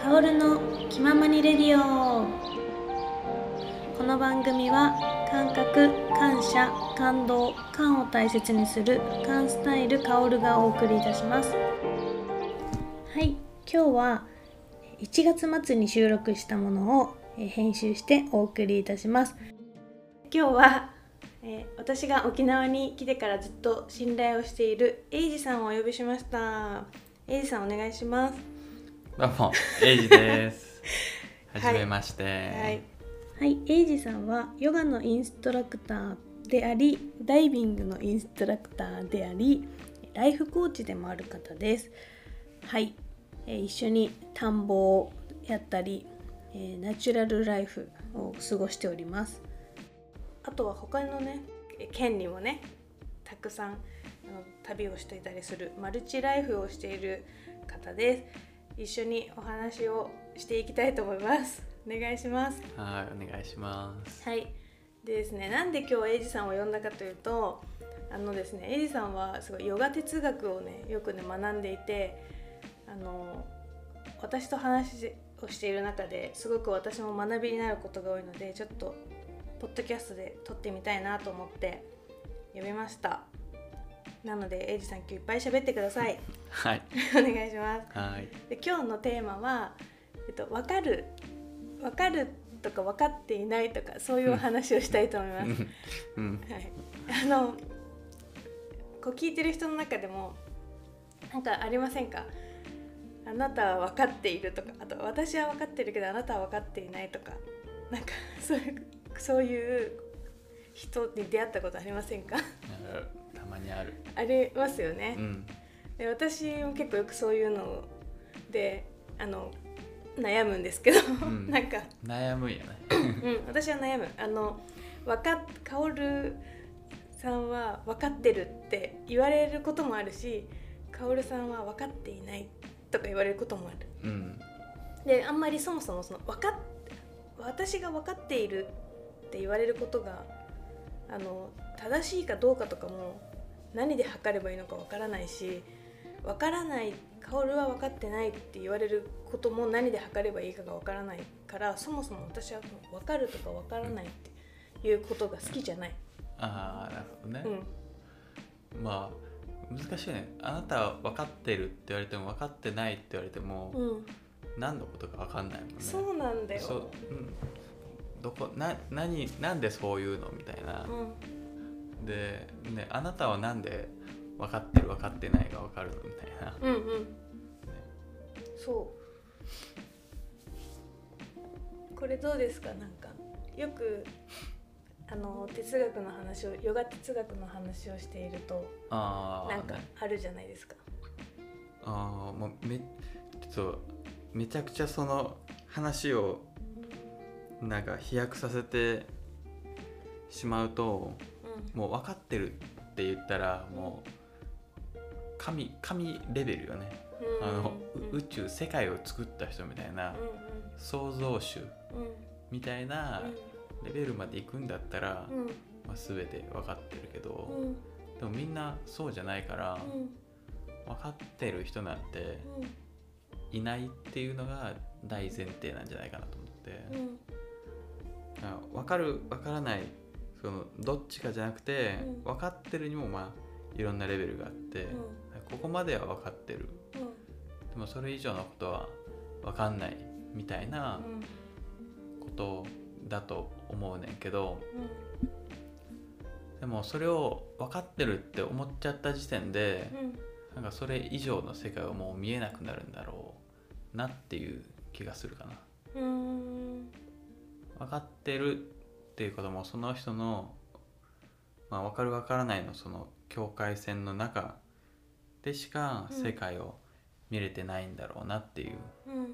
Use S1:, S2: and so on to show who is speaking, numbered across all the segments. S1: カオルの気ままにレディオこの番組は感覚感謝感動感を大切にする感スタイルカオルがお送りいたしますはい今日は1月末に収録したものをえー編集してお送りいたします今日は、えー私が沖縄に来てからずっと信頼をしているエイジさんをお呼びしましたエイジさんお願いします
S2: どうも、エイ ジです。
S1: は
S2: はいじめまして。
S1: はい、はい、エイジさんはヨガのインストラクターでありダイビングのインストラクターでありライフコーチでもある方ですはい、えー一緒に田んぼをやったり、えーナチュラルライフを過ごしておりますあとは他のねえー県にもねたくさんあの旅をしていたりするマルチライフをしている方です一緒にお話をしていきたいと思いますお願いします
S2: はい、お願いします。
S1: はい。でですね、なんで今日エイジさんを呼んだかというと、あのですね、エイジさんはすごいヨガ哲学をね、よくね学んでいて、あの私と話をしている中ですごく私も学びになることが多いので、ちょっとポッドキャストで撮ってみたいなと思って呼びました。なのでエイジさん今日いっぱい喋ってくだ さい。
S2: はい、
S1: お願いします。
S2: はい、
S1: で今日のテーマは、えっと、分かる分かるとか分かっていないとかそういうお話をしたいと思います。
S2: うん、
S1: はい、あのこう聞いてる人の中でもなんかありませんかあなたは分かっているとかあと私は分かってるけどあなたは分かっていないとかなんか そういうそういう人に出会ったことありませんか
S2: あるたまにある。
S1: ありますよね。
S2: うん、
S1: で私も結構よくそういうのであの悩むんですけど、
S2: ん
S1: なんか、
S2: 悩むん やね。
S1: うん、私は悩むあのわかっ薫さんは分かってるって言われることもあるし薫さんは分かっていないとか言われることもある
S2: うん、
S1: であんまりそもそもその分かっ私が分かっているって言われることがあの正しいかどうかとかも何で測ればいいのか分からないし分からない薫は分かってないって言われることも何で測ればいいかが分からないからそもそも私はもう分かるとか分からないっていうことが好きじゃない。
S2: ああ、なるほどね
S1: う。ん
S2: まあ、難しいね。あなたは分かってるって言われても、分かってないって言われても、
S1: うん、
S2: 何のことか分かんないもんね。
S1: そうなんだよ
S2: そう、うん。どこ、な、何、なんでそういうのみたいな
S1: う。ん
S2: で、ね、あなたはなんで分かってる、分かってないが分かるのみたいな。
S1: うんうんそうこれどうですかなんかよくあの哲学の話をヨガ哲学の話をしていると
S2: ああ、
S1: なんか
S2: ね
S1: あるじゃないですか
S2: ああもうめちょっとめちゃくちゃその話をなんか飛躍させてしまうともう分かってるって言ったらもう神神レベルよね、
S1: うん
S2: あの
S1: う
S2: うん宇宙世界を作った人みたいな、創造主
S1: うん
S2: みたいなレベルまで行くんだったら、
S1: うんうん
S2: まあ、全て分かってるけ
S1: う
S2: ど、
S1: ん
S2: でもみんなそうじゃないから、
S1: うん
S2: 分かってる人なんて
S1: う
S2: いないっていうのが大前提なんじゃないかなと思って、
S1: んうん
S2: あ分かる分からないそのどっちかじゃなくて、
S1: うん
S2: 分かってるにもまあいろんなレベルがあって、ここまでは分かってる
S1: うん
S2: でもそれ以上のことは分かんないみたいな
S1: うん
S2: ことだと思うねんけどでもそれを分かってるって思っちゃった時点で、
S1: うん
S2: なんかそれ以上の世界はもう見えなくなるんだろうなっていう気がするかな。
S1: うん
S2: 分かってるっていうこともその人の、まあ、分かる分からないのその境界線の中でしか
S1: うん
S2: 世界を見れてないんだろうなっていう
S1: うん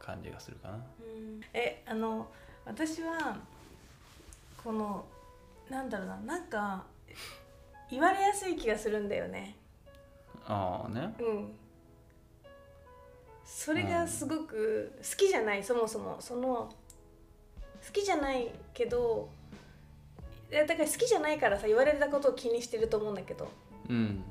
S2: 感じがするかな。
S1: えあの私はこのなんだろうななんか言われやすい気がするんだよね
S2: ああね。
S1: うんそれがすごく好きじゃないそもそもその好きじゃないけどいやだから好きじゃないからさ言われたことを気にしてると思うんだけど
S2: うん。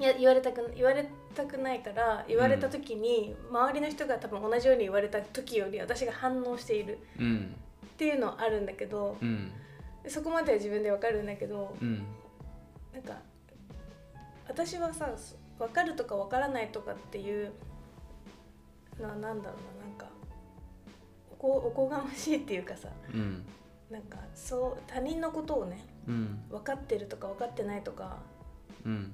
S1: いや言われたく言われたくないから言われた時に、周りの人が多分同じように言われた時より私が反応している
S2: うん
S1: っていうのはあるんだけど
S2: う、ん
S1: そこまでは自分でわかるんだけど、
S2: うん
S1: なんか私はさそ分かるとか分からないとかっていうのはなんだろうななんかおこおこがましいっていうかさ
S2: うん
S1: なんかそう他人のことをね
S2: うん
S1: 分かってるとか分かってないとか
S2: うん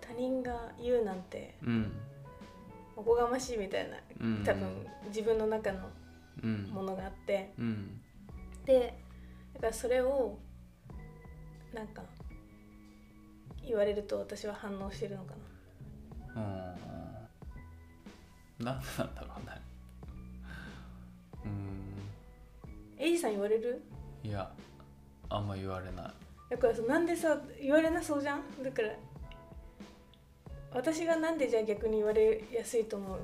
S1: 他人が言うなんて
S2: うん
S1: おこがましいみたいな
S2: うん
S1: 多分自分の中の
S2: うん
S1: ものがあって
S2: うん
S1: でだからそれをなんか言われると私は反応してるのかな
S2: うんなんなんだろうねうん
S1: エイジさん言われる
S2: いやあんま言われない
S1: だからさなんでさ言われなそうじゃんだから私がなんでじゃあ逆に言われやすいと思う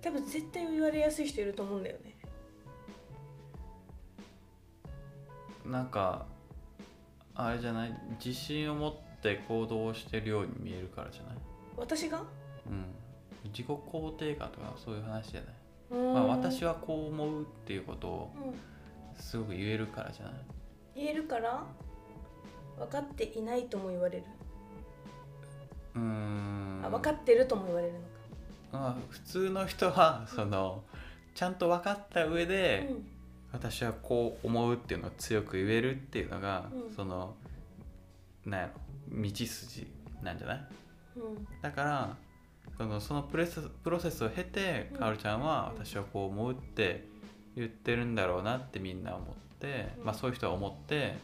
S1: 多分絶対言われやすい人いると思うんだよね
S2: なんかあれじゃない自信を持って行動してるように見えるからじゃない
S1: 私が
S2: うん自己肯定感とかそういう話じゃない、
S1: うーん
S2: まあ、私はこう思うっていうことを
S1: うん、
S2: すごく言えるからじゃない
S1: 言えるから分かっていないとも言われる、
S2: うーん
S1: あ分かってるとも言われるのか、
S2: まあ普通の人はそのちゃんと分かった上で、私はこう思うっていうのを強く言えるっていうのが、
S1: うん
S2: そのなんやろ道筋なんじゃない
S1: うんうん
S2: だからそのそのプレスプロセスを経て、
S1: うん
S2: かおるちゃんは
S1: うん
S2: 私はこう思うって言ってるんだろうなってみんな思って、
S1: うん
S2: まあ、そういう人は思って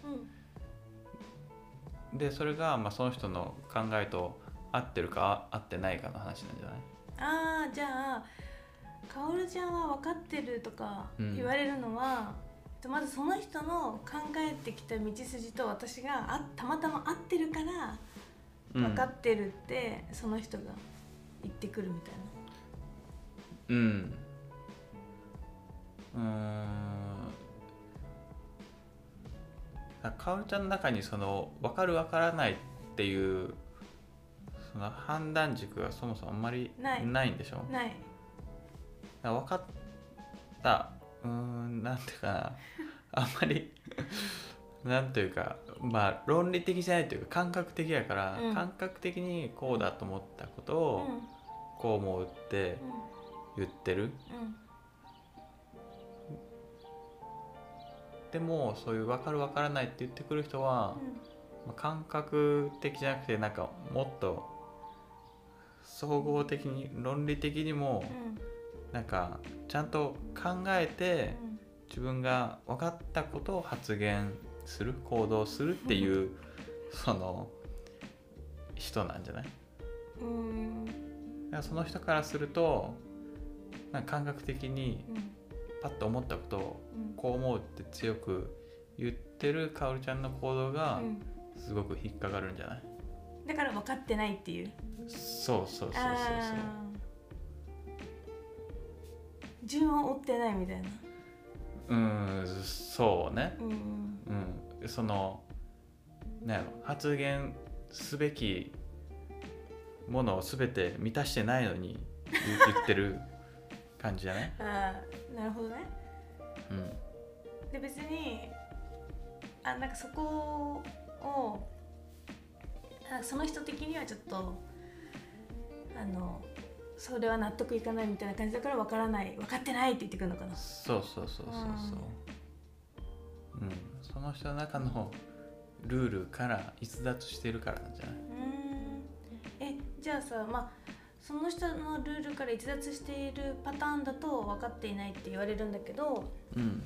S1: うん
S2: でそれがまあその人の考えと合ってるかあ合ってないかの話なんじゃない
S1: ああじゃあかおるちゃんは分かってるとか
S2: うん
S1: 言われるのは、えっとまずその人の考えてきた道筋と私があたまたま合ってるから
S2: うん
S1: 分かってるって、その人が言ってくるみたいな
S2: うんうーんだかおるちゃんの中にその分かる分からないっていうその判断軸がそもそもあんまり
S1: ない
S2: ないんでしょ
S1: ない
S2: だから分かったうーんなんていうかな あんまり なんというかまあ論理的じゃないというか感覚的やから、
S1: うん
S2: 感覚的にこうだと思ったこと
S1: うん
S2: をこう思うって言ってる、でもそういう分かる分からないって言ってくる人は、まあ感覚的じゃなくてなんかもっと総合的に論理的にもなんかちゃんと考えて自分が分かったことを発言する行動するっていうその人なんじゃないだ
S1: うんうんうんうん
S2: からその人からするとなんか感覚的にパッと思ったことを
S1: うん
S2: こう思うって強く言ってるかおるちゃんの行動が、
S1: うん
S2: すごく引っかかるんじゃない
S1: だから分かってないっていう
S2: そうそうそうそうそう
S1: あー順を追ってないみたいな
S2: うーんそうね
S1: うんうん
S2: うんそのなんやろ発言すべきものを全て満たしてないのに言言ってる感じじゃない、
S1: ああなるほどね
S2: うん、
S1: で別にあなんかそこをあその人的にはちょっとあのそれは納得いかないみたいな感じだから分からない分かってないって言ってくるのかな
S2: そうそうそうそうそう、うん、その人の中のルールから逸脱してるからなんじゃないう
S1: ーんえじゃあさまあその人のルールから逸脱しているパターンだと分かっていないって言われるんだけど
S2: うん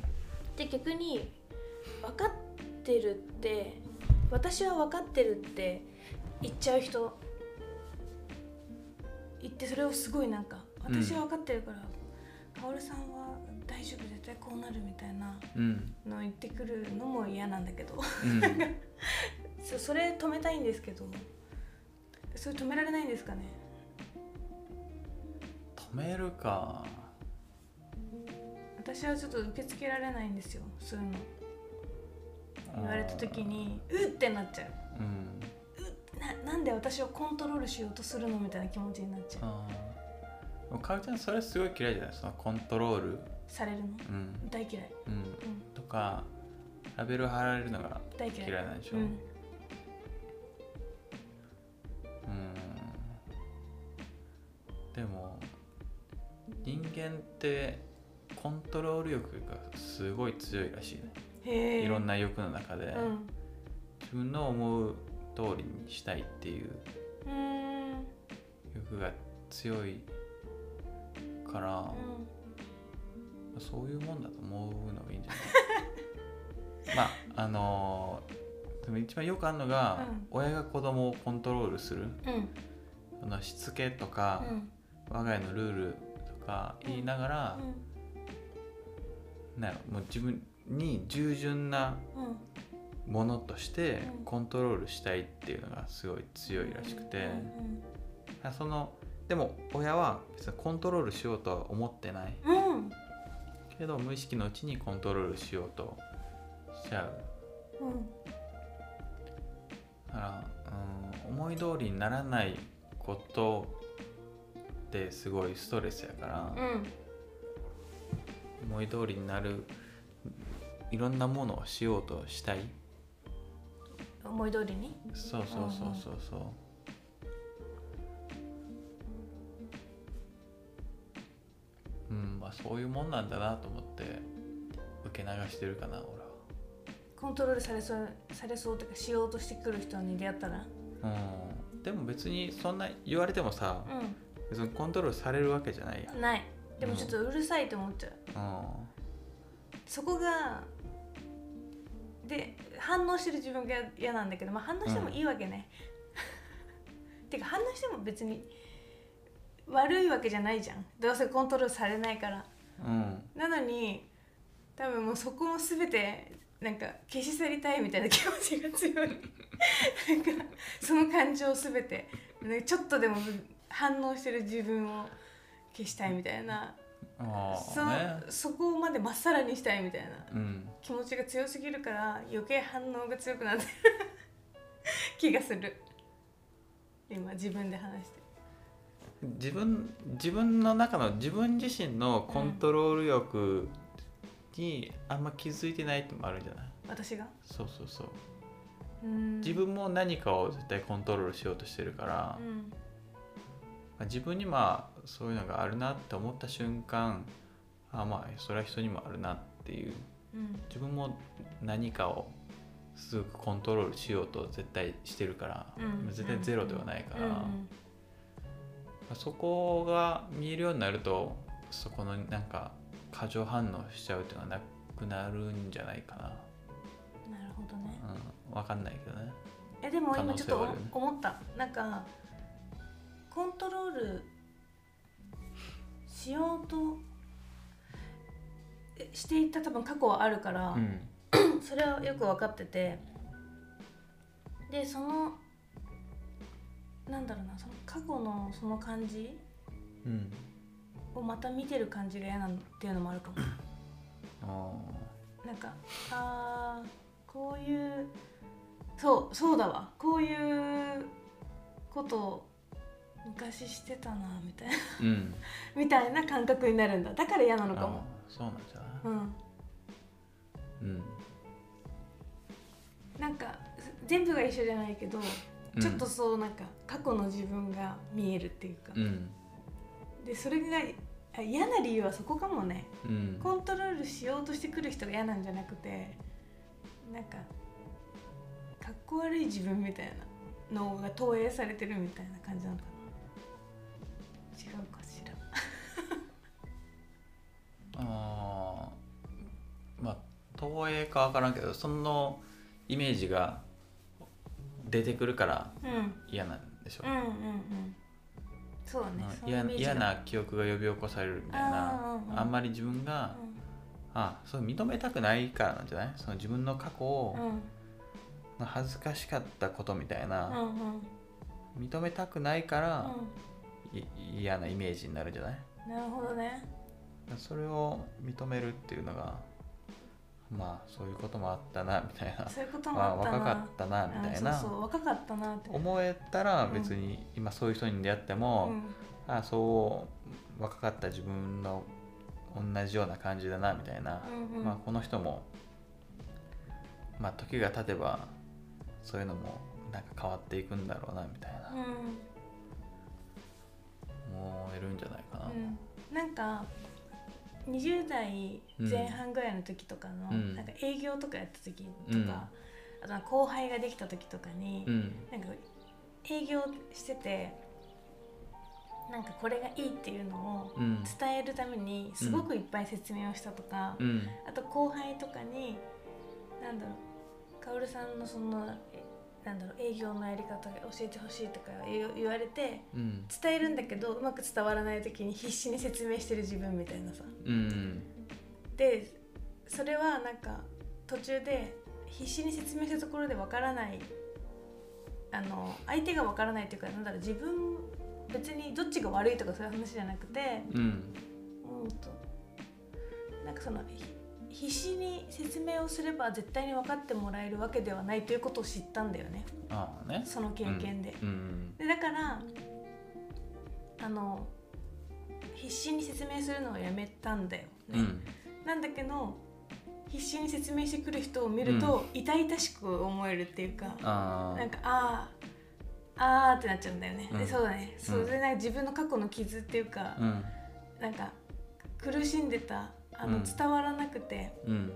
S1: で逆に分かってるって私は分かってるって言っちゃう人言ってそれをすごいなんか
S2: うん
S1: 私は分かってるから、カオルさんは大丈夫絶対こうなるみたいな
S2: うん
S1: の言ってくるのも嫌なんだけど
S2: うん
S1: そそれ止めたいんですけどそれ止められないんですかね
S2: 止めるか
S1: 私はちょっと受け付けられないんですよそういうの言われた時にうってなっちゃう
S2: うん
S1: ななんで私をコントロールしようとするのみたいな気持ちになっちゃう
S2: あーでもかおちゃんそれすごい嫌いじゃないそのコントロール、
S1: されるの
S2: うん
S1: 大嫌い、
S2: うん、
S1: うん、
S2: とかラベル貼られるのが
S1: 大嫌い
S2: 嫌いなんでしょ
S1: う、
S2: うんんでも人間ってコントロール欲がすごい強いらしいね、
S1: へえ
S2: いろんな欲の中で、
S1: うん
S2: 自分の思う通りにしたいっていう
S1: うーんうん
S2: 欲が強いから、そういうもんだと思うのがいいんじゃ ないまああのーでも一番よくあるのが、親が子供をコントロールする
S1: うん
S2: あのしつけとか、
S1: うん
S2: 我が家のルールとか言いながら、なんやろもう自分に従順な
S1: うん
S2: ものとして
S1: うん
S2: コントロールしたいっていうのがすごい強いらしくて、あそのでも親は別にコントロールしようとは思ってない
S1: うんうんうん
S2: けど無意識のうちにコントロールしようとしちゃう
S1: うん
S2: だから、うん、思い通りにならないことってすごいストレスやから、
S1: うん
S2: 思い通りになるいろんなものをしようとしたい
S1: 思い通りに
S2: そうそうそうそうそう、うんまあそういうもんなんだなと思って受け流してるかな
S1: コントロールされそうされそうとかしようとしてくる人に出会ったら
S2: 俺は、うん、でも別にそんな言われてもさ
S1: う
S2: 別にコントロールされるわけじゃないやん
S1: んないでもちょっとうるさいと思っちゃう
S2: うん
S1: そこがで反応してる自分が嫌なんだけど、まあ、反応してもいいわけね、 てか反応しても別に悪いわけじゃないじゃんどうせコントロールされないから
S2: うん
S1: なのに多分もうそこも全てなんか消し去りたいみたいな気持ちが強いなんかその感情全てなんかちょっとでも反応してる自分を消したいみたいな
S2: あ
S1: そ,、
S2: あね
S1: そこまでまっさらにしたいみたいな
S2: うん
S1: 気持ちが強すぎるから余計反応が強くなってる 気がする今自分で話して
S2: 自分自分の中の自分自身のコントロール欲にあんま気づいてないってのもあるんじゃない
S1: 私が
S2: そうそうそう
S1: うーん
S2: 自分も何かを絶対コントロールしようとしてるから
S1: う、ん
S2: まあ自分にまあそういうのがあるなって思った瞬間あまあそれは人にもあるなっていう
S1: うん
S2: 自分も何かをすごくコントロールしようと絶対してるから、
S1: うん
S2: 絶対ゼロではないか
S1: う
S2: ら、
S1: ん
S2: まあそこが見えるようになるとそこのなんか過剰反応しちゃうっていうのはなくなるんじゃないかな、
S1: うんなるほどね
S2: うん、わかんないけどね
S1: えでも今ちょっと
S2: 可能性はあるよね
S1: お思ったなんかコントロールしようとえしていた多分過去はあるから、
S2: うん
S1: それはよく分かっててでそのなんだろうなその過去のその感じ
S2: うん
S1: をまた見てる感じが嫌なんっていうのもある かも
S2: あ
S1: なんかあーこういうそうそうだわこういうことを昔してたなみたいな
S2: ーうん
S1: みたいな感覚になるんだだから嫌なのかも
S2: あーそうなんじゃない、
S1: うん
S2: うん
S1: なんか全部が一緒じゃないけど、
S2: うん、
S1: ちょっとそうなんか過去の自分が見えるっていうか、
S2: うん
S1: でそれがあ嫌な理由はそこかもね
S2: うん
S1: コントロールしようとしてくる人が嫌なんじゃなくてなんかかっこ悪い自分みたいなのが投影されてるみたいな感じなのかな違うかしら
S2: あーまあ投影かわからんけどそのイメージが出てくるから
S1: うんうん
S2: 嫌なんでしょ
S1: うんうんそうだね
S2: うん
S1: そういう
S2: 嫌
S1: イメージが
S2: 嫌な記憶が呼び起こされるみたいな
S1: あーうんうん
S2: あんまり自分が、あそう認めたくないからなんじゃないその自分の過去を
S1: うんうん
S2: の恥ずかしかったことみたいな、
S1: うんうん
S2: 認めたくないからい嫌、なイメージになるんじゃない
S1: うんなるほどね
S2: それを認めるっていうのがまあそういうこともあったなみたいな
S1: そういうことも
S2: あ
S1: あったな
S2: 若かったなみたい
S1: あ
S2: な
S1: そうそう若かったなって
S2: 思えたら別に今そういう人に出会っても、
S1: うん
S2: ああそう若かった自分の同じような感じだなみたいな、
S1: うんうん
S2: まあ、この人も、まあ、時が経てばそういうのもなんか変わっていくんだろうなみたいな、
S1: うん
S2: 思えるんじゃないかな。
S1: うん、なんか20代前半ぐらいの時とかの、
S2: うん
S1: なんか営業とかやった時とか、
S2: うん
S1: あとは後輩ができた時とかに、
S2: うん
S1: なんか営業しててなんかこれがいいっていうのを
S2: うん
S1: 伝えるためにすごくいっぱい説明をしたとか、
S2: うん
S1: あと後輩とかになんだろう薫さんのそのえなんだろう営業のやり方を教えてほしいとか言う言われて
S2: うん
S1: 伝えるんだけどうまく伝わらない時に必死に説明してる自分みたいなさ
S2: うん
S1: でそれはなんか途中で必死に説明したところでわからないあの相手がわからないっていうかなんだろう自分別にどっちが悪いとかそういう話じゃなくて
S2: うん
S1: うんとなんかそのひ必死に説明をすれば絶対に分かってもらえるわけではないということを知ったんだよね
S2: ああね。
S1: その経験で。
S2: うん
S1: でだからあの必死に説明するのをやめたんだよ、
S2: う
S1: ね
S2: ん
S1: なんだけど必死に説明してくる人を見ると、痛々しく思えるっていうか
S2: あ
S1: なん
S2: あ
S1: かあーあーってなっちゃうんだよね、
S2: うん
S1: でそうだね、そううんでなんか自分の過去の傷っていうか、
S2: うん
S1: なんか苦しんでたあの
S2: うん
S1: 伝わらなくて、
S2: うん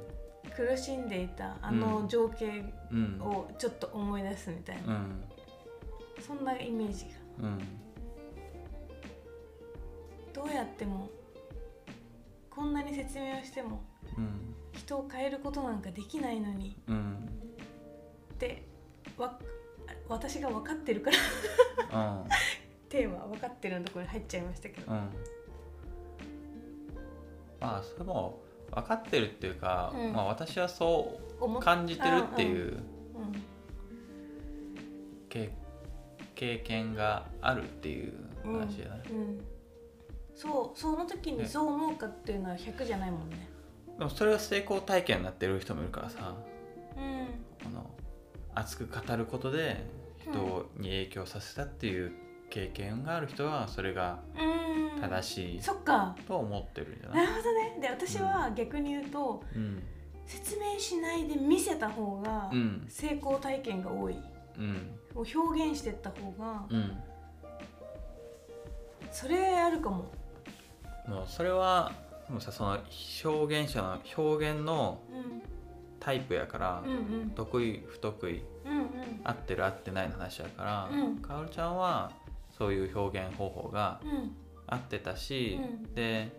S1: 苦しんでいたあ
S2: う
S1: の
S2: ん
S1: 情景
S2: うん
S1: をちょっと思い出すみたいな、
S2: うん
S1: そんなイメージが
S2: うん
S1: どうやってもこんなに説明をしても
S2: うん
S1: 人を変えることなんかできないのに
S2: うん
S1: ってわ私が分かってるから
S2: うん
S1: テーマ分かってるのところに入っちゃいましたけど
S2: う。んまあそれも分かってるっていうか、
S1: うん
S2: まあ、私はそ
S1: 思
S2: う
S1: っ
S2: 感じてるっていう
S1: うん
S2: け経験があるっていう
S1: うん
S2: 話じゃない、
S1: うんそうその時に
S2: ね
S1: そう思うかっていうのは100じゃないもんね。
S2: でもそれが成功体験になってる人もいるからさ
S1: うん
S2: この熱く語ることで人に影響させたっていう経験がある人はそれが
S1: うん、
S2: 正しい
S1: そっか
S2: と思ってるんじゃな、
S1: ないるほどねで私は逆に言うと、
S2: うん
S1: 説明しないで見せた方が
S2: うん
S1: 成功体験が多い、
S2: うん
S1: を表現してった方が、
S2: うん
S1: それあるかも、
S2: もうそれはもうさその表現者の表現の
S1: うん、
S2: タイプやから、
S1: うんうん
S2: 得意不得意
S1: うんうん
S2: 合ってる合ってないの話やから、
S1: うん
S2: かおるちゃんはそういう表現方法が
S1: うん
S2: 合ってたし、
S1: うん
S2: で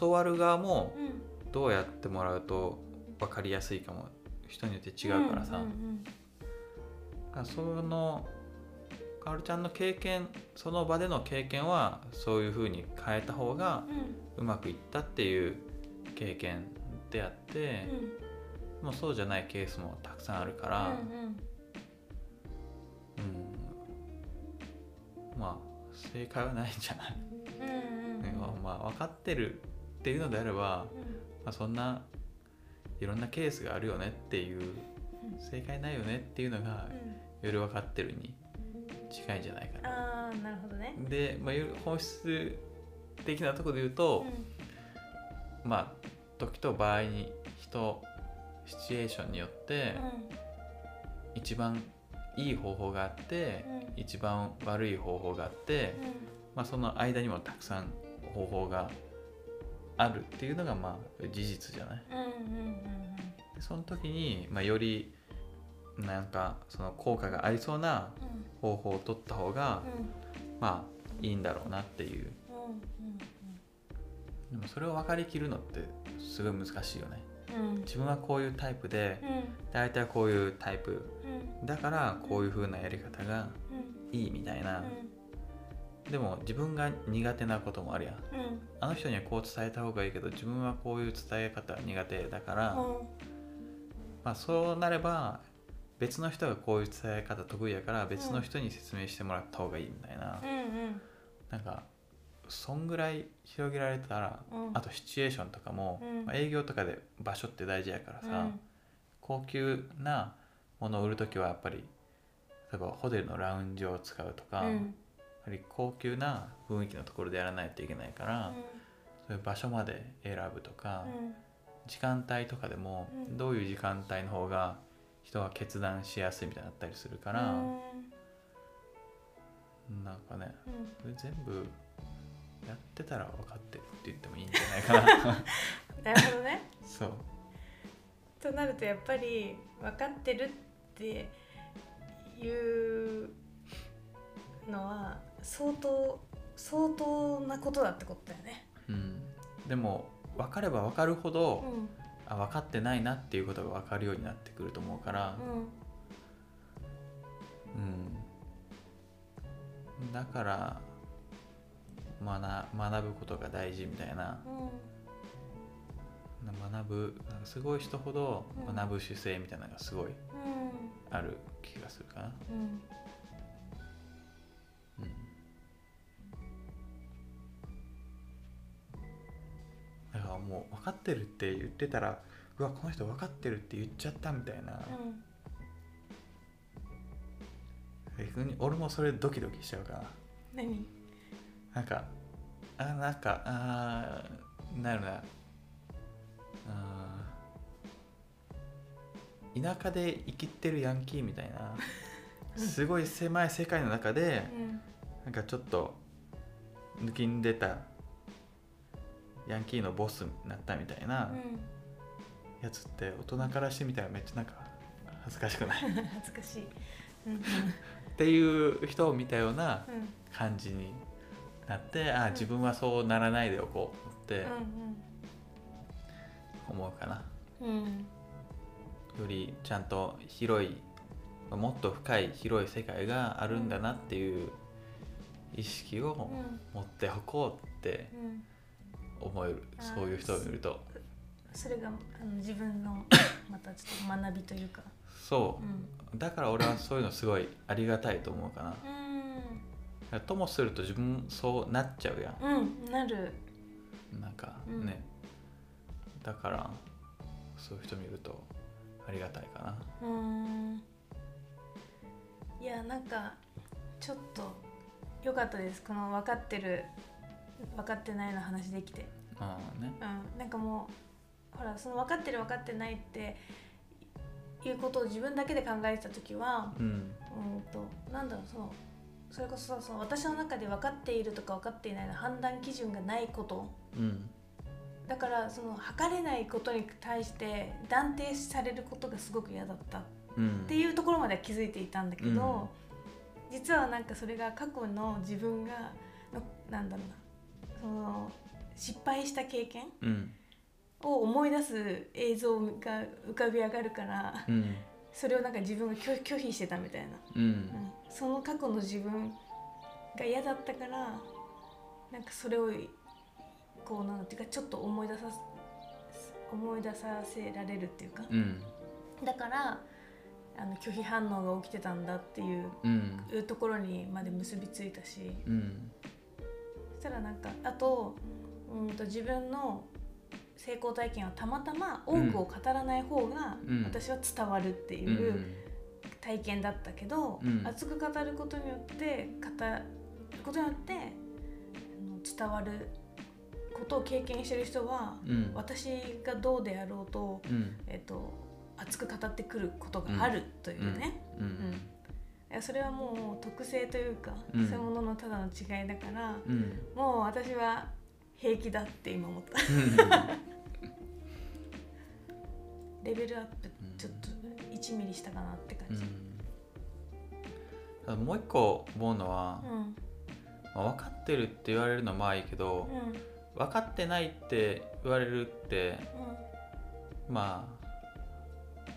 S2: 教わる側も
S1: うん
S2: どうやってもらうと分かりやすいかも人によって違うからさ、
S1: うんうん
S2: だからそのかおるちゃんの経験その場での経験はそういう風に変えた方が
S1: うん
S2: うまくいったっていう経験であって
S1: うん、
S2: もうそうじゃないケースもたくさんあるか
S1: う
S2: ら、
S1: ん
S2: うんまあ正解はないんじゃない、
S1: うんうんうん
S2: まあ分かってるっていうのであれば、まあ、そんないろんなケースがあるよねっていう
S1: うん
S2: 正解ないよねっていうのが
S1: う
S2: より分かってるに近いんじゃないか
S1: ん
S2: な。
S1: あーなるほどね
S2: で、まあ、より本質的なところで言う
S1: う
S2: と、
S1: ん
S2: まあ時と場合に人シチュエーションによって一番いい方法があって、
S1: うん
S2: 一番悪い方法があって、まあ、その間にもたくさん方法があるっていうのがまあ事実じゃない
S1: うんうんうんうん
S2: でその時に、まあ、よりなんかその効果がありそうな
S1: う
S2: 方法を取った方
S1: んうん
S2: が、
S1: うん
S2: まあいいんだろうなっていう
S1: う
S2: でもそれを分かりきるのってすごい難しいよね
S1: んうんうん
S2: 自分はこういうタイプで
S1: うん
S2: 大体こういうタイプ
S1: うん
S2: だからこういう風なやり方が
S1: うん
S2: いいみたいな、でも自分が苦手なこともあるやん
S1: うんうん
S2: あの人にはこう伝えた方がいいけど自分はこういう伝え方は苦手だから、まあ、そうなれば別の人がこういう伝え方得意やから別の人に説明してもらった方がいいみたいな、
S1: うんうん
S2: なんかそんぐらい広げられたら、
S1: うん
S2: あとシチュエーションとかも、
S1: うん
S2: まあ営業とかで場所って大事やからさ、
S1: うん
S2: 高級なものを売る時はやっぱり例えばホテルのラウンジを使うとか、
S1: う
S2: やっ
S1: ん
S2: ぱり高級な雰囲気のところでやらないといけないから、そういう場所まで選ぶとか、時間帯とかでも、
S1: うん
S2: どういう時間帯の方が人が決断しやすいみたいになのあったりするから、なんかねそれ全部やってたら分かってるって言ってもいいんじゃない かな
S1: なるほどね。
S2: そう
S1: となるとやっぱり分かってるっていうのは相当相当なことだってことだよね。
S2: うん、でも分かれば分かるほど、
S1: うん
S2: あ分かってないなっていうことが分かるようになってくると思うから、うんだから学学ぶことが大事みたいな
S1: うんうん
S2: 学ぶなんかすごい人ほど
S1: うん
S2: 学ぶ姿勢みたいなのがすご
S1: う
S2: い
S1: ん
S2: ある気がするかな。
S1: うん
S2: うんだからもう分かってるって言ってたらうわこの人分かってるって言っちゃったみたいな、
S1: うん
S2: 逆に俺もそれドキドキしちゃうから
S1: 何
S2: なんかあなんかあーなるなあー田舎で生きてるヤンキーみたい なすごい狭い世界の中で
S1: うん
S2: なんかちょっと抜きんでたヤンキーのボスになったみたいなやつって大人からしてみたらめっちゃなんか恥ずかしくない っ
S1: うん恥ずかしい。うん
S2: ていう人を見たような
S1: うん
S2: 感じになってああ自分はそうならないでおこうって思うかな。
S1: うんうんうん
S2: よりちゃんと広いまあもっと深い広い世界があるんだなっていう意識を
S1: うん
S2: 持っておこうって
S1: うん
S2: 思える、
S1: あー
S2: そういう人を見ると
S1: それがあの自分のまたちょっと学びというか。
S2: そうう、
S1: ん。
S2: だから俺はそういうのすごいありがたいと思うかなだか
S1: う
S2: らともすると自分そうなっちゃうやん、
S1: ん。うん。なる。
S2: なんか
S1: うん
S2: ね、だからそういう人見るとありがたいかな
S1: うん。いやなんかちょっと良かったです。この分かってる分かってないの話できて。
S2: ああね
S1: うん。なんかもうほらその分かってる分かってないっていうことを自分だけで考えてた時は、
S2: うん
S1: うんとなんだろうそのそれこそその私の中で分かっているとか分かっていないの判断基準がないこと
S2: うん
S1: だからその測れないことに対して断定されることがすごく嫌だったっ
S2: うん
S1: ていうところまでは気づいていたんだけど、実はなんかそれが過去の自分がのなんだろうなその失敗した経験
S2: うん
S1: を思い出す映像が浮かび上がるから
S2: うん
S1: それをなんか自分が拒拒否してたみたいな。
S2: うん、
S1: うんその過去の自分が嫌だったからなんかそれをこうなんていうかちょっと思い出さす思い出させられるっていうか、
S2: うん
S1: だからあの拒否反応が起きてたんだっていう
S2: うん
S1: いうところにまで結びついたし
S2: うん
S1: そしたらなんかあとうんと自分の成功体験はたまたま多くを語らない方が
S2: うん
S1: 私は伝わるっていうう、
S2: ん
S1: 体験だったけど、
S2: うん
S1: 熱く語ることによって語ることによってあの伝わることを経験してる人は、
S2: うん
S1: 私がどうであろうと,、
S2: うん
S1: えっと熱く語ってくることがあるというね、
S2: うん
S1: いやそれはもう特性というか、
S2: うん
S1: そういうもののただの違いだから、
S2: うんうん
S1: もう私は平気だって今思った。 レベルアップちょっと1ミリしたかなって感
S2: う
S1: じ。
S2: んただもう一個思うのは、
S1: うん
S2: まあ分かってるって言われるのはまあいいけど、
S1: うん
S2: 分かってないって言われるってまあ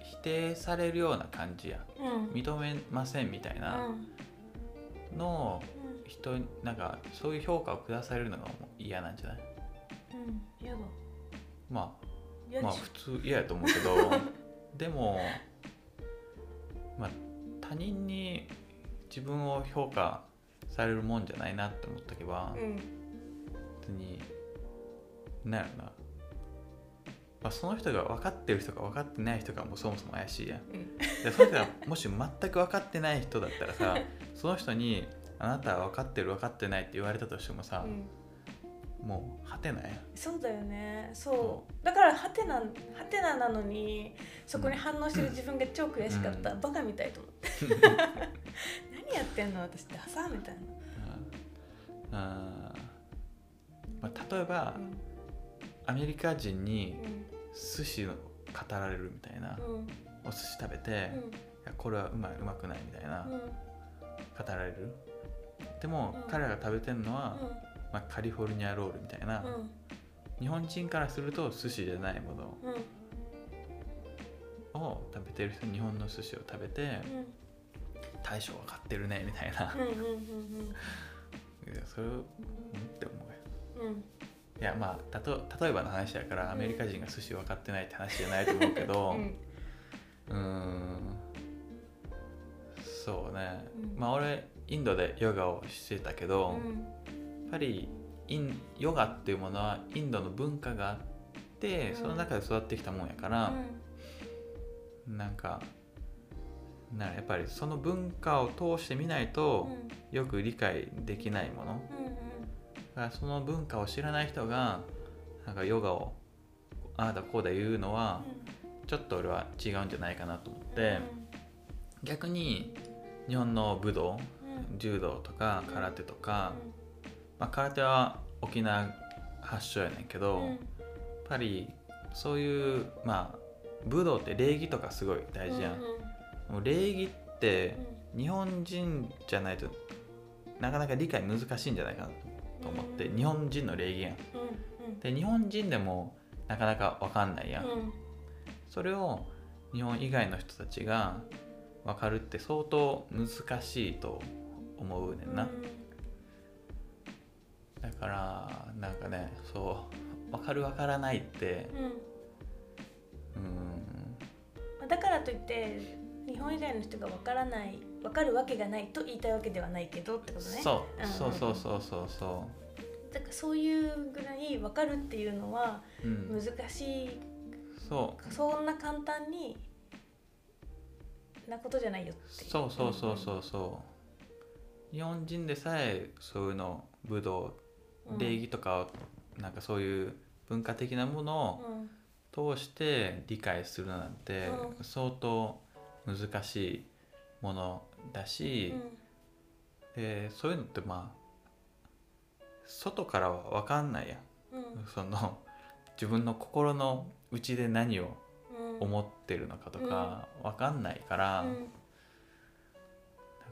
S2: 否定されるような感じや
S1: うんうん
S2: 認めませんみたいな
S1: うん
S2: のを人になんかそういう評価を下されるのがもう嫌なんじゃない
S1: うん、嫌だ。
S2: まあ
S1: 嫌
S2: まあ
S1: でし
S2: 普通嫌やと思うけど でもまあ他人に自分を評価されるもんじゃないなって思っとけば
S1: ょ。うん。
S2: 別になんやろな、まあ、その人が分かってる人か分かってない人かもうそもそも怪しいやん
S1: うん
S2: でその人がもし全く分かってない人だったら さその人に「あなたは分かってる分かってない」って言われたとしてもさ、
S1: うん
S2: もう果てない
S1: そうだよね
S2: そ
S1: そうだからハテナハテナなのにそこに反応してる自分が超悔しかった、
S2: うん
S1: バカみたいと思って 何やってんの私ダサみたいな、
S2: うんあーまあ、例えばアメリカ人に寿司を語られるみたいな、
S1: うんうん
S2: お寿司食べて、いやこれはうまいうまくないみたいな、
S1: うんうん
S2: 語られるでも、
S1: うん
S2: 彼らが食べてるのは、
S1: うん
S2: まあ、カリフォルニアロールみたいな、日本人からすると寿司じゃないもの
S1: うんうん
S2: を食べてる人日本の寿司を食べて、大将分かってるねみたいな、
S1: うんうんうん
S2: いやそれをんって思
S1: う
S2: うよ
S1: んうん
S2: いやまあたと例えばの話やからアメリカ人が寿司分かってないって話じゃないと思うけど
S1: うん
S2: うーんそうね、
S1: うん
S2: まあ俺インドでヨガをしてたけど、
S1: うん
S2: やっぱりインヨガっていうものはインドの文化があって、
S1: うん
S2: その中で育ってきたもんやから、なんかなんかやっぱりその文化を通してみないと
S1: うん
S2: よく理解できないもの
S1: うん
S2: だからその文化を知らない人がなんかヨガをああだこうだ言うのはちょっと俺は違うんじゃないかなと思っ
S1: うん
S2: て逆に日本の武道
S1: うんうん
S2: 柔道とか空手とか、まあ、空手は沖縄発祥やねんけど、
S1: うん
S2: やっぱりそういうまあ武道って礼儀とかすごい大事やん、
S1: うん
S2: もう礼儀って
S1: うん
S2: 日本人じゃないとなかなか理解難しいんじゃないかなと思って、
S1: うん
S2: 日本人の礼儀やん
S1: うん
S2: で日本人でもなかなか分かんないやん、
S1: うんうん
S2: それを日本以外の人たちが分かるって相当難しいと思うねんな、だからなんかねそう分かる分からないって
S1: うん
S2: うん
S1: まあだからといって日本以外の人がわからないわかるわけがないと言いたいわけではないけどってことね
S2: そううんそうそうそうそうそ
S1: だからそういうぐらいわかるっていうのは
S2: う、うん、
S1: 難しい
S2: そう
S1: そんな簡単になことじゃないよっていう
S2: そうそうそうそうそう日本人でさえそういうの武道
S1: うん
S2: 礼儀とかをなんかそういう文化的なもの
S1: うん
S2: を通して理解するなんて
S1: う
S2: 相当難しいものだし、でそういうのってまあ外からは分かんないやん
S1: うんうん
S2: その自分の心の内で何を
S1: うん
S2: 思ってるのかとか分かんないから、
S1: うん
S2: だ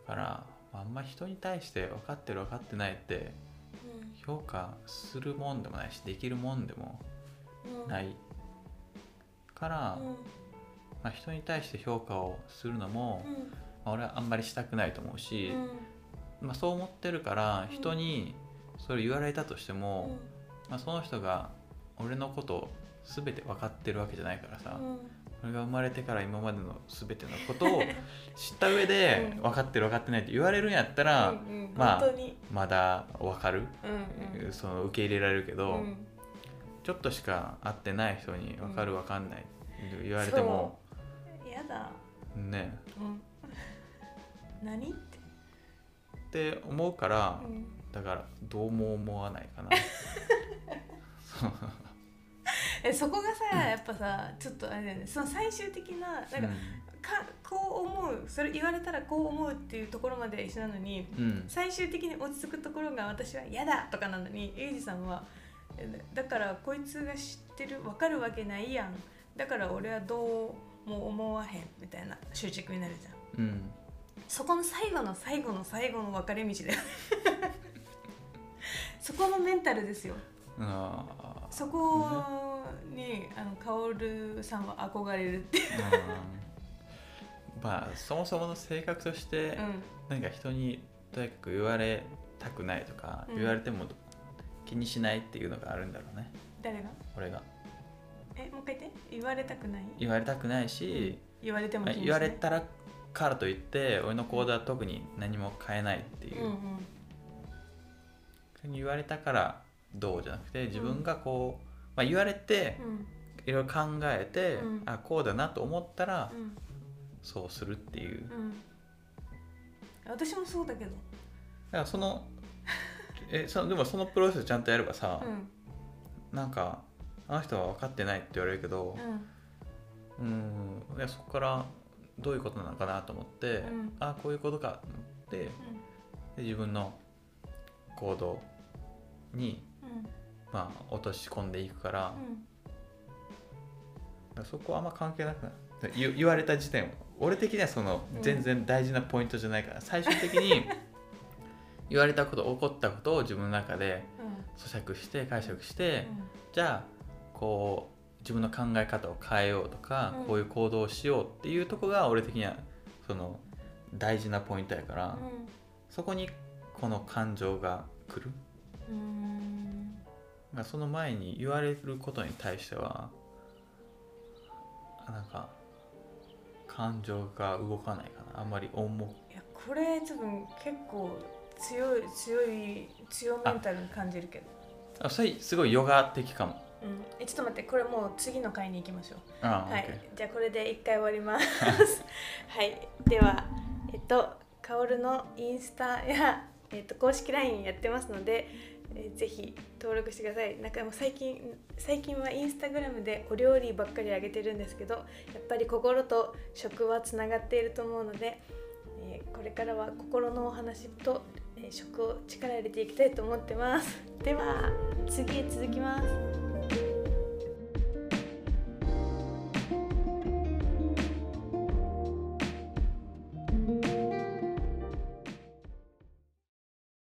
S2: からあんま人に対して分かってる分かってないって評価するもんでもないしできるもんでも
S1: うん
S2: ないから、
S1: うん
S2: まあ、人に対して評価をするのも、
S1: うん
S2: まあ、俺はあんまりしたくないと思うし、
S1: う
S2: まあ、そう思ってるから
S1: うん
S2: 人にそれ言われたとして
S1: ん
S2: も、まあ、その人が俺のことを全て分かってるわけじゃないからさ、
S1: うん
S2: 俺が生まれてから今までの全てのこと を知った上で
S1: うん
S2: 分かってる分かってないって言われるんやったら、
S1: うんうん
S2: まあ
S1: 本当に
S2: まだ分かる、
S1: うんうん
S2: その受け入れられるけど、
S1: うん
S2: ちょっとしか会ってない人に分かる分かんないって言われ
S1: そ
S2: て
S1: う
S2: も、
S1: やだ
S2: ね
S1: うん何って
S2: って思うから、
S1: うん
S2: だからどうも思わないかなそう
S1: えそこがさやっぱさちょっとあれだよねその最終的な なんか、かこう思うそれ言われたらこう思うっていうところまでは一緒なのに
S2: うんうん
S1: 最終的に落ち着くところが私は「嫌だ!」とかなのにエイジさんは「えだだからこいつが知ってる分かるわけないやんだから俺はどうも思わへん」みたいな執着になるじゃん
S2: うん
S1: そこの最後の最後の最後の分かれ道だよ そこのメンタルですよ
S2: あー
S1: そこにあのカオルさんは憧れるって、
S2: うんまあそもそもの性格として、
S1: うん
S2: なんか人にとにかく言われたくないとか、
S1: うん
S2: 言われても気にしないっていうのがあるんだろうね
S1: 誰が
S2: 俺が
S1: えもう一回言って言われたくない
S2: 言われたくないし、
S1: 言われても
S2: まあ
S1: 気にし
S2: 言
S1: な
S2: わ
S1: い
S2: れたらからといって俺の行動は特に何も変えないっていう
S1: うんう、ん
S2: 言われたからどうじゃなくて自分がこう、まあ、言われて
S1: うん
S2: いろいろ考えて、
S1: うん
S2: あこうだなと思ったら
S1: うん
S2: そうするっていう
S1: うん私もそうだけど
S2: だからその えそのでもそのプロセスちゃんとやればさ
S1: う、ん
S2: なんかあの人は分かってないって言われるけど
S1: うん
S2: うんいやそこからどういうことなのかなと思って、
S1: うん
S2: あこういうことかと思ってで自分の行動に、
S1: うん
S2: まあ、落とし込んでいくか
S1: う
S2: ら,、
S1: ん
S2: そこはあんま関係なくない言言われた時点俺的にはその
S1: うん
S2: 全然大事なポイントじゃないから、最終的 に言われたこと起こったことを自分の中で
S1: うん
S2: 咀嚼して解釈して、じゃあこう自分の考え方を変えようとか、
S1: うん
S2: こういう行動をしようっていうとこが俺的にはその大事なポイントやから、そこにこの感情が来る
S1: うんうん
S2: まあその前に言われることに対してはなんか感情が動かないかなあんまり重く
S1: いやこれ多分結構強い強い強メンタルに感じるけど、
S2: あそれすごいヨガ的かも
S1: うん、えちょっと待ってこれもう次の回に行きましょう
S2: あ、
S1: は
S2: OK
S1: い、じゃあこれで一回終わります。はい、ではえっとカオルのインスタやえっと公式 LINE やってますので、えーぜひ登録してください。なんかもう最近最近はインスタグラムでお料理ばっかりあげてるんですけど、やっぱり心と食はつながっていると思うので、えーこれからは心のお話と、えー食を力入れていきたいと思ってます。では次へ続きます。